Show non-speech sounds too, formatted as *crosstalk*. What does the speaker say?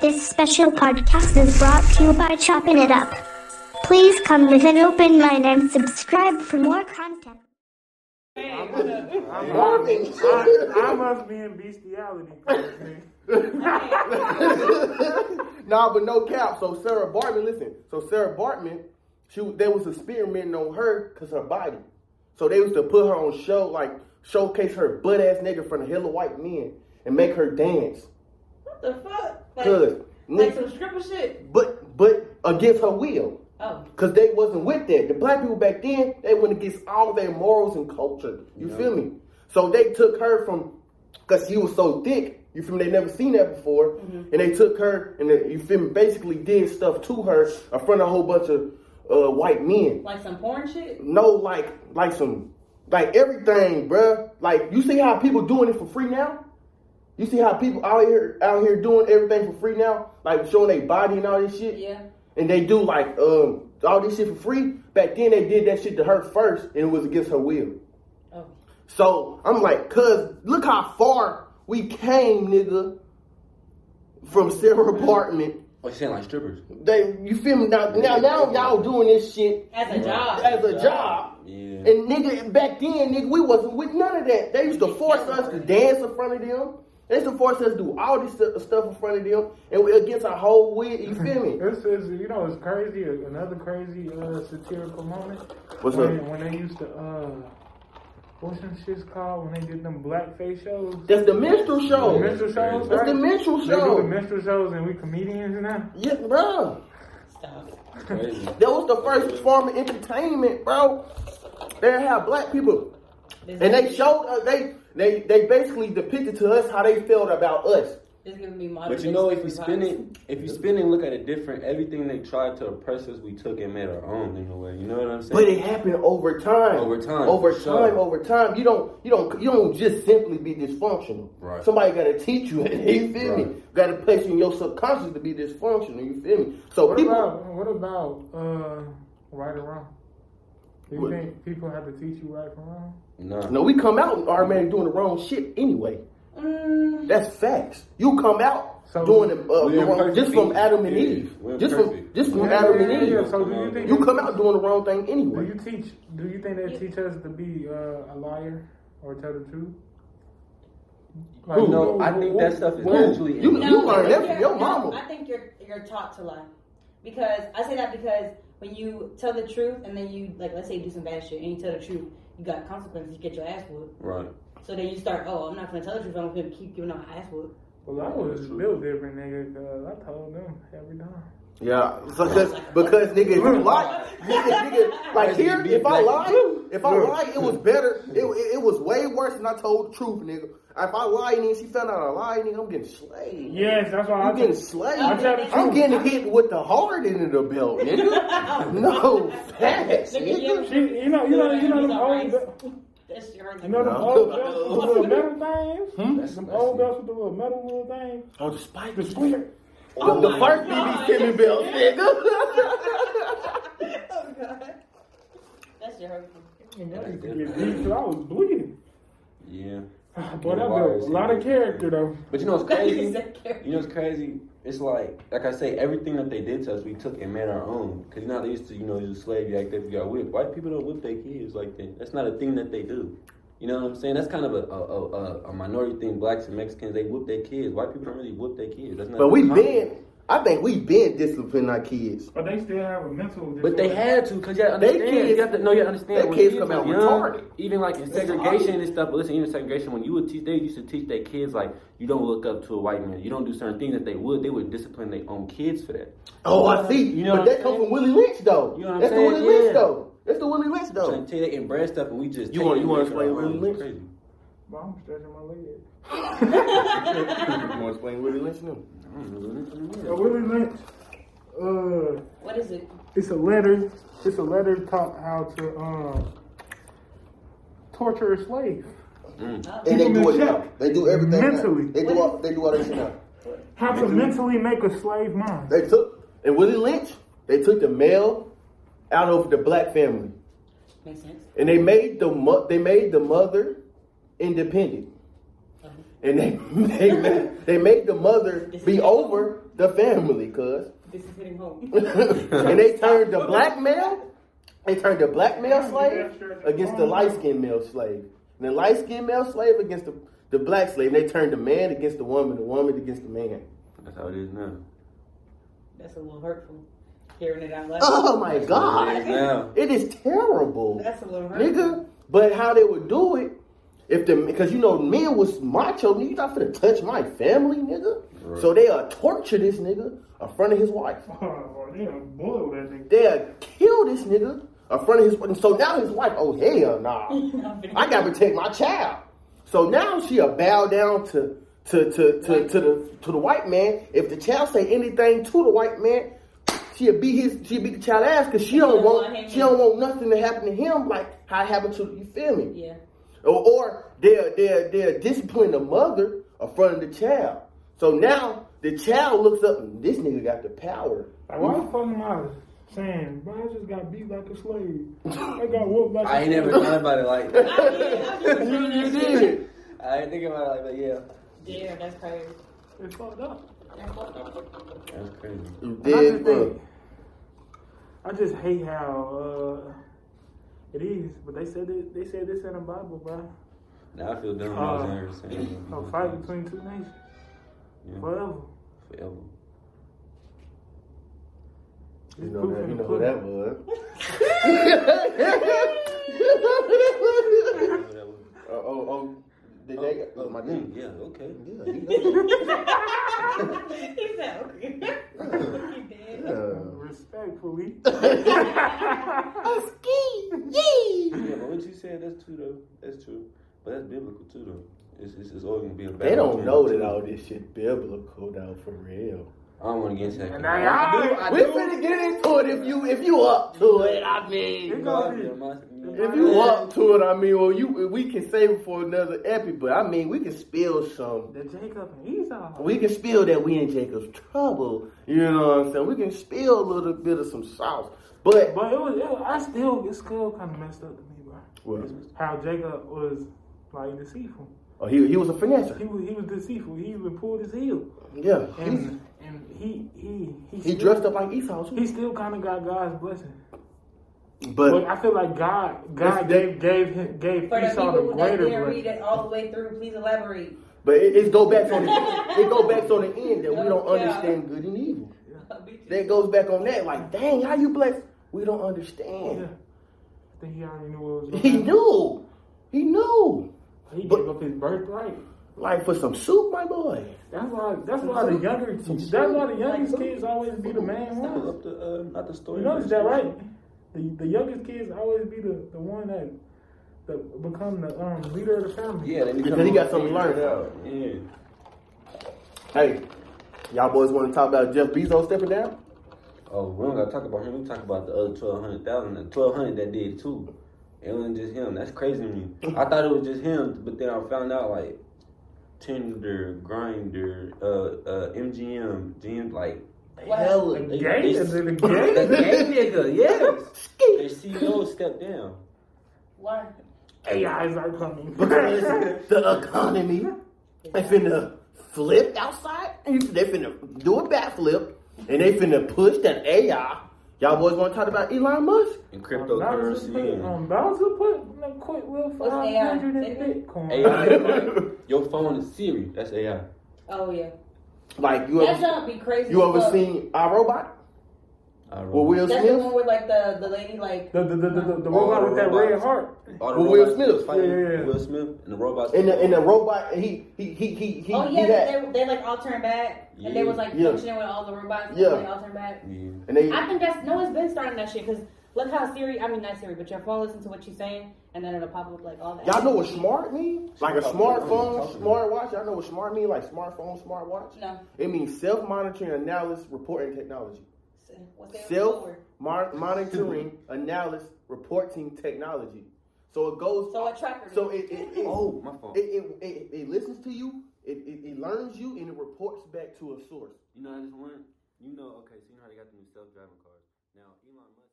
This special podcast is brought to you by Chopping It Up. Please come with an open mind and subscribe for more content. I, I must be in bestiality. *laughs* Nah, but no cap. So Sarah Bartman, listen. So Sarah Bartman, she they was experimenting on her because her body. So they used to put her on show, like showcase her butt ass nigga in front of hella white men and make her dance. What the fuck? Like, Good. like some stripper shit. But but against her will. Oh. Cause they wasn't with that. The black people back then, they went against all their morals and culture. You feel me? So they took her from, cause she was so thick. You feel me? They never seen that before, and they took her and they, you feel me? Basically did stuff to her in front of a whole bunch of uh, white men. Like some porn shit? No, like like some like everything, bruh. Like you see how people doing it for free now? You see how people out here out here doing everything for free now? Like showing their body and all this shit Yeah. and they do like um all this shit for free. Back then they did that shit to her first, and it was against her will. Oh. So I'm like, cuz look how far we came, nigga, from Sarah *laughs* Bartman. Oh, you saying like *laughs* strippers? They, you feel me? Now, now, now y'all doing this shit As a job. as a job. Yeah. And nigga, back then, nigga, we wasn't with none of that. They used to force us to dance in front of them. They used to force us to do all this stu- stuff in front of them, and we against our whole wit. You feel *laughs* me? This is, you know, it's crazy. Another crazy uh, satirical moment. What's when, up? When they used to, uh, what's them shits called when they did them blackface shows? That's the minstrel show. The minstrel shows. That's right? the minstrel They do the show. minstrel shows, and we comedians now. Yeah, bro. Stop. Crazy. That was the first form of entertainment, bro. They have black people, This and giving- they showed us. They they they basically depicted to us how they felt about us. This giving me modern. But you know, if you business spin it, vibes. if you spin it, and look at it different. Everything they tried to oppress us, we took and made our own in a way. You know what I'm saying? But it happened over time. Over time, Over for time. sure. Over time. You don't. You don't. You don't just simply be dysfunctional. Right. Somebody got to teach you. *laughs* You feel me? Right. Got to place you in your subconscious to be dysfunctional. You feel me? So What people. about what about uh, right or wrong? Do you What? think people have to teach you right from wrong? no. No, we come out automatically doing the wrong shit anyway. Mm, That's facts. You come out So- doing the, uh, We're the wrong, imperfect just from beings. Adam and Yeah, Eve. we're Just from imperfect. just from Yeah, Adam yeah, and yeah, Eve. So do you think You come out doing the wrong thing Do anyway. you teach? Do you think they teach us to be uh, a liar or tell the truth? Like, Who? No, I think that stuff is Whoa. naturally. in You- us. no, you learned I that think from your you're- mama. I think you're you're taught to lie, because I say that because when you tell the truth and then you like, let's say you do some bad shit and you tell the truth, you got consequences. You get your ass whooped. Right. So then you start, oh, I'm not gonna tell the truth. I'm gonna keep giving out ass whooped. Well, I was built different, nigga. Cause I told them every time. Yeah, so 'cause- because nigga, if you lie, nigga, nigga, like here, if I lie, if I lie, it was better. It, it, it was way worse than I told the truth, nigga. If I lie, and then she found out I lied, nigga, I'm getting slayed. Yes, that's why I'm I getting told. slayed. I'm telling the I'm truth. getting hit with the hard end of the belt, *laughs* nigga. No, facts, Nigga, nigga. She, you know, you know, you know them old, be- That's your you know them No. old belts with the *laughs* little metal things. That's Them some old belts with the little metal little thing. Oh, the spike. The squeaker. Oh, the first BB Timmy belt, *laughs* nigga. Oh god. That's your hurt. And I used to get beat till I was bleeding. *laughs* Yeah. Boy, that built a lot of character though. But you know what's That crazy? *laughs* is a character. You know what's crazy? It's like, like I say, everything that they did to us, we took and made our own. Cause now they used to, you know, use slave you act if you got whipped. White people don't whip their kids like that. That's not a thing that they do. You know what I'm saying? That's kind of a a, a, a- a minority thing. Blacks and Mexicans, they whip their kids. White people don't really whip their kids. That's not. But we common. been, I think we been disciplining our kids. But they still have a mental. But they had to, cause you gotta They understand. kids- you have to, no, you gotta they understand. when kids come are out retarded. Even like in segregation and stuff. But listen, even segregation, when you would teach, they used to teach their kids like, you don't look up to a white man. You don't do certain things that they would. They would discipline their own kids for that. Oh, I see. You know but what I'm that come saying? from Willie Lynch, though. You know what I'm That's saying? the Willie Lynch, Yeah. though. That's the Willie Lynch, So they though. take and brand stuff, and we just You take wanna- it you wanna and make it explain our Willie own. Lynch? Well, I'm stretching my leg. You want to explain Willie Lynch now? It's crazy. So Willie Lynch, uh, What is it? it's a letter. It's a letter taught how to um torture a slave. And they Keep 'em do it in now. check. They do everything now. Mentally. They do all, they do all that shit now. How to mentally make a slave mind. They took, and Willie Lynch, they took the male out of the black family. Makes sense. And they made the, mo- they made the mother independent. and they *laughs* they made, they made the mother be over the family, cuz. This is *laughs* hitting home. and they turned the black male, they turned the black male slave against the light skinned male slave. And the light skinned male slave against the, the black slave. And they turned the man against the woman, the woman against the man. That's how it is now. That's a little hurtful. Hearing it out loud. Oh my It is God. now. It is terrible. That's a little hurtful. nigga. But how they would do it, if the because you know men was macho, nigga, you not finna touch my family, nigga. Right. So they uh, torture this nigga in front of his wife. Oh, they done boiled that nigga. They uh, kill this nigga in front of his. And so now his wife, oh hell nah, I gotta protect my child. So now she a bow down to to to to, to the to the white man. If the child say anything to the white man. She'll beat his, she'll beat the child ass because she don't don't want, want him. she don't want nothing to happen to him like how it happened to you. Feel me? *laughs* Yeah. or, or they're they're they're disciplining the mother in front of the child. So now the child looks up and this nigga got the power. Like, why the fuck am I saying, bro, I just got beat like a slave. I got *laughs* whooped like a I ain't slave. never thought about it like that. *laughs* I did. I was You, you just throwing that shit. did. I ain't think about it like that, yeah. Damn, that's crazy. *laughs* It's fucked up. That's fucked up. That's crazy. You And I just did. bro. think- I just hate how uh, it is, but they said it, they said this in the Bible, bro. Now I feel dumb when I was younger saying A fight between two nations Yeah. forever. forever. You know that. You know who that *laughs* was. Whatever. oh, oh, oh, did they? Oh, my Mm, nigga. Yeah, okay. Yeah, you He's that okay. *laughs* Fucking dead. know. Respectfully. *laughs* Yeah, but what you said, that's true though. That's true. But that's biblical too though. It's, it's, it's always gonna be a battle. They don't between know the that two. all this shit biblical though, for real. I don't want to get into that. And now conversation. y'all- I do, we finna get into it if you if you up to it. I mean, It gonna be- Yeah, my- If If you up to it, I mean, well, you we can save it for another epi, but I mean, we can spill some. The Jacob and Esau. We can spill that we in Jacob's trouble. You know what I'm saying? We can spill a little bit of some sauce, but But it was, it was, I still, it's still kind of messed up to me, bro. How Jacob was like deceitful. oh, he he was a He finesser. was, he was deceitful. He even pulled his heel, Yeah, and and he he he, he still- dressed up like Esau He too. still kind of got God's blessing, but But I feel like God It's- God gave gave him, gave For the Esau people the who that greater didn't read blessing. it all the way through, please elaborate. *laughs* but it, it go back on the, it go back on the end that we don't Yeah. understand good and evil. I'll beat Oh, you. That goes back on that. Like, dang, how you blessed? We don't understand. Yeah, I think he already knew what was. Going He knew. He knew. He but- gave up his birthright. Like for some soup, my boy. That's why. That's why the younger. That's why the youngest kids always be the man Not ones. up to, uh, not the story. You notice that, right? The the youngest kids always be the, the one that that become the um, leader of the family. Yeah, they become- Because he got something to learn. Yeah. Hey, y'all boys want to talk about Jeff Bezos stepping down? *laughs* Oh, we don't gotta talk about him. We talk about the other twelve hundred thousand, the twelve hundred that did too. It wasn't just him. That's crazy to me. I thought it was just him, but then I found out like Tinder, Grinder, uh, uh, MGM, GM, like Hell, they, Gay they- is it a *laughs* the gay? gay nigga, yes. Their CEO stepped down. Why? AI is our *laughs* coming. because the economy they finna flip outside. They finna do a backflip, and they finna push that AI. Y'all boys want to talk about Elon Musk? *laughs* And Bowser cryptocurrency. put, and- um, Bowser put like, quick will What's five AI? hundred in Say it. Bitcoin. AI, like, your phone is Siri. That's AI. Oh yeah. Like you That ever job be crazy. you as ever fuck. seen iRobot? I Well, Will That's the one Smith. with like the the lady like. The the the the, the, the Oh, robot with that red heart. All Well, Will robots Smith. was fighting Yeah, yeah, yeah. Will Smith and the robots. And the, and the robot, he he he he he, oh he yeah, had, they, they like all turned back and they was like Yeah. functioning with all the robots. And Yeah. They all turned back. yeah. and they I think that's no, it's been starting that shit because look how Siri, I mean not Siri, but your phone listens to what you're saying and then it'll pop up like all that. y'all know what smart mean? Like a Smart. smartphone, smartwatch. Y'all know what smart mean? Like smartphone, smartwatch. No. It means self monitoring, analysis, reporting technology. What's that Self word? mar- *laughs* monitoring, analysis, reporting technology. So it goes. So a tracker. *laughs* So it it, it, Oh, my fault. it, it, it, it listens to you, it, it, it learns you, and it reports back to a source. You know, I just went. You know, okay, so you know how they got the new self-driving cars. Now, Elon Musk.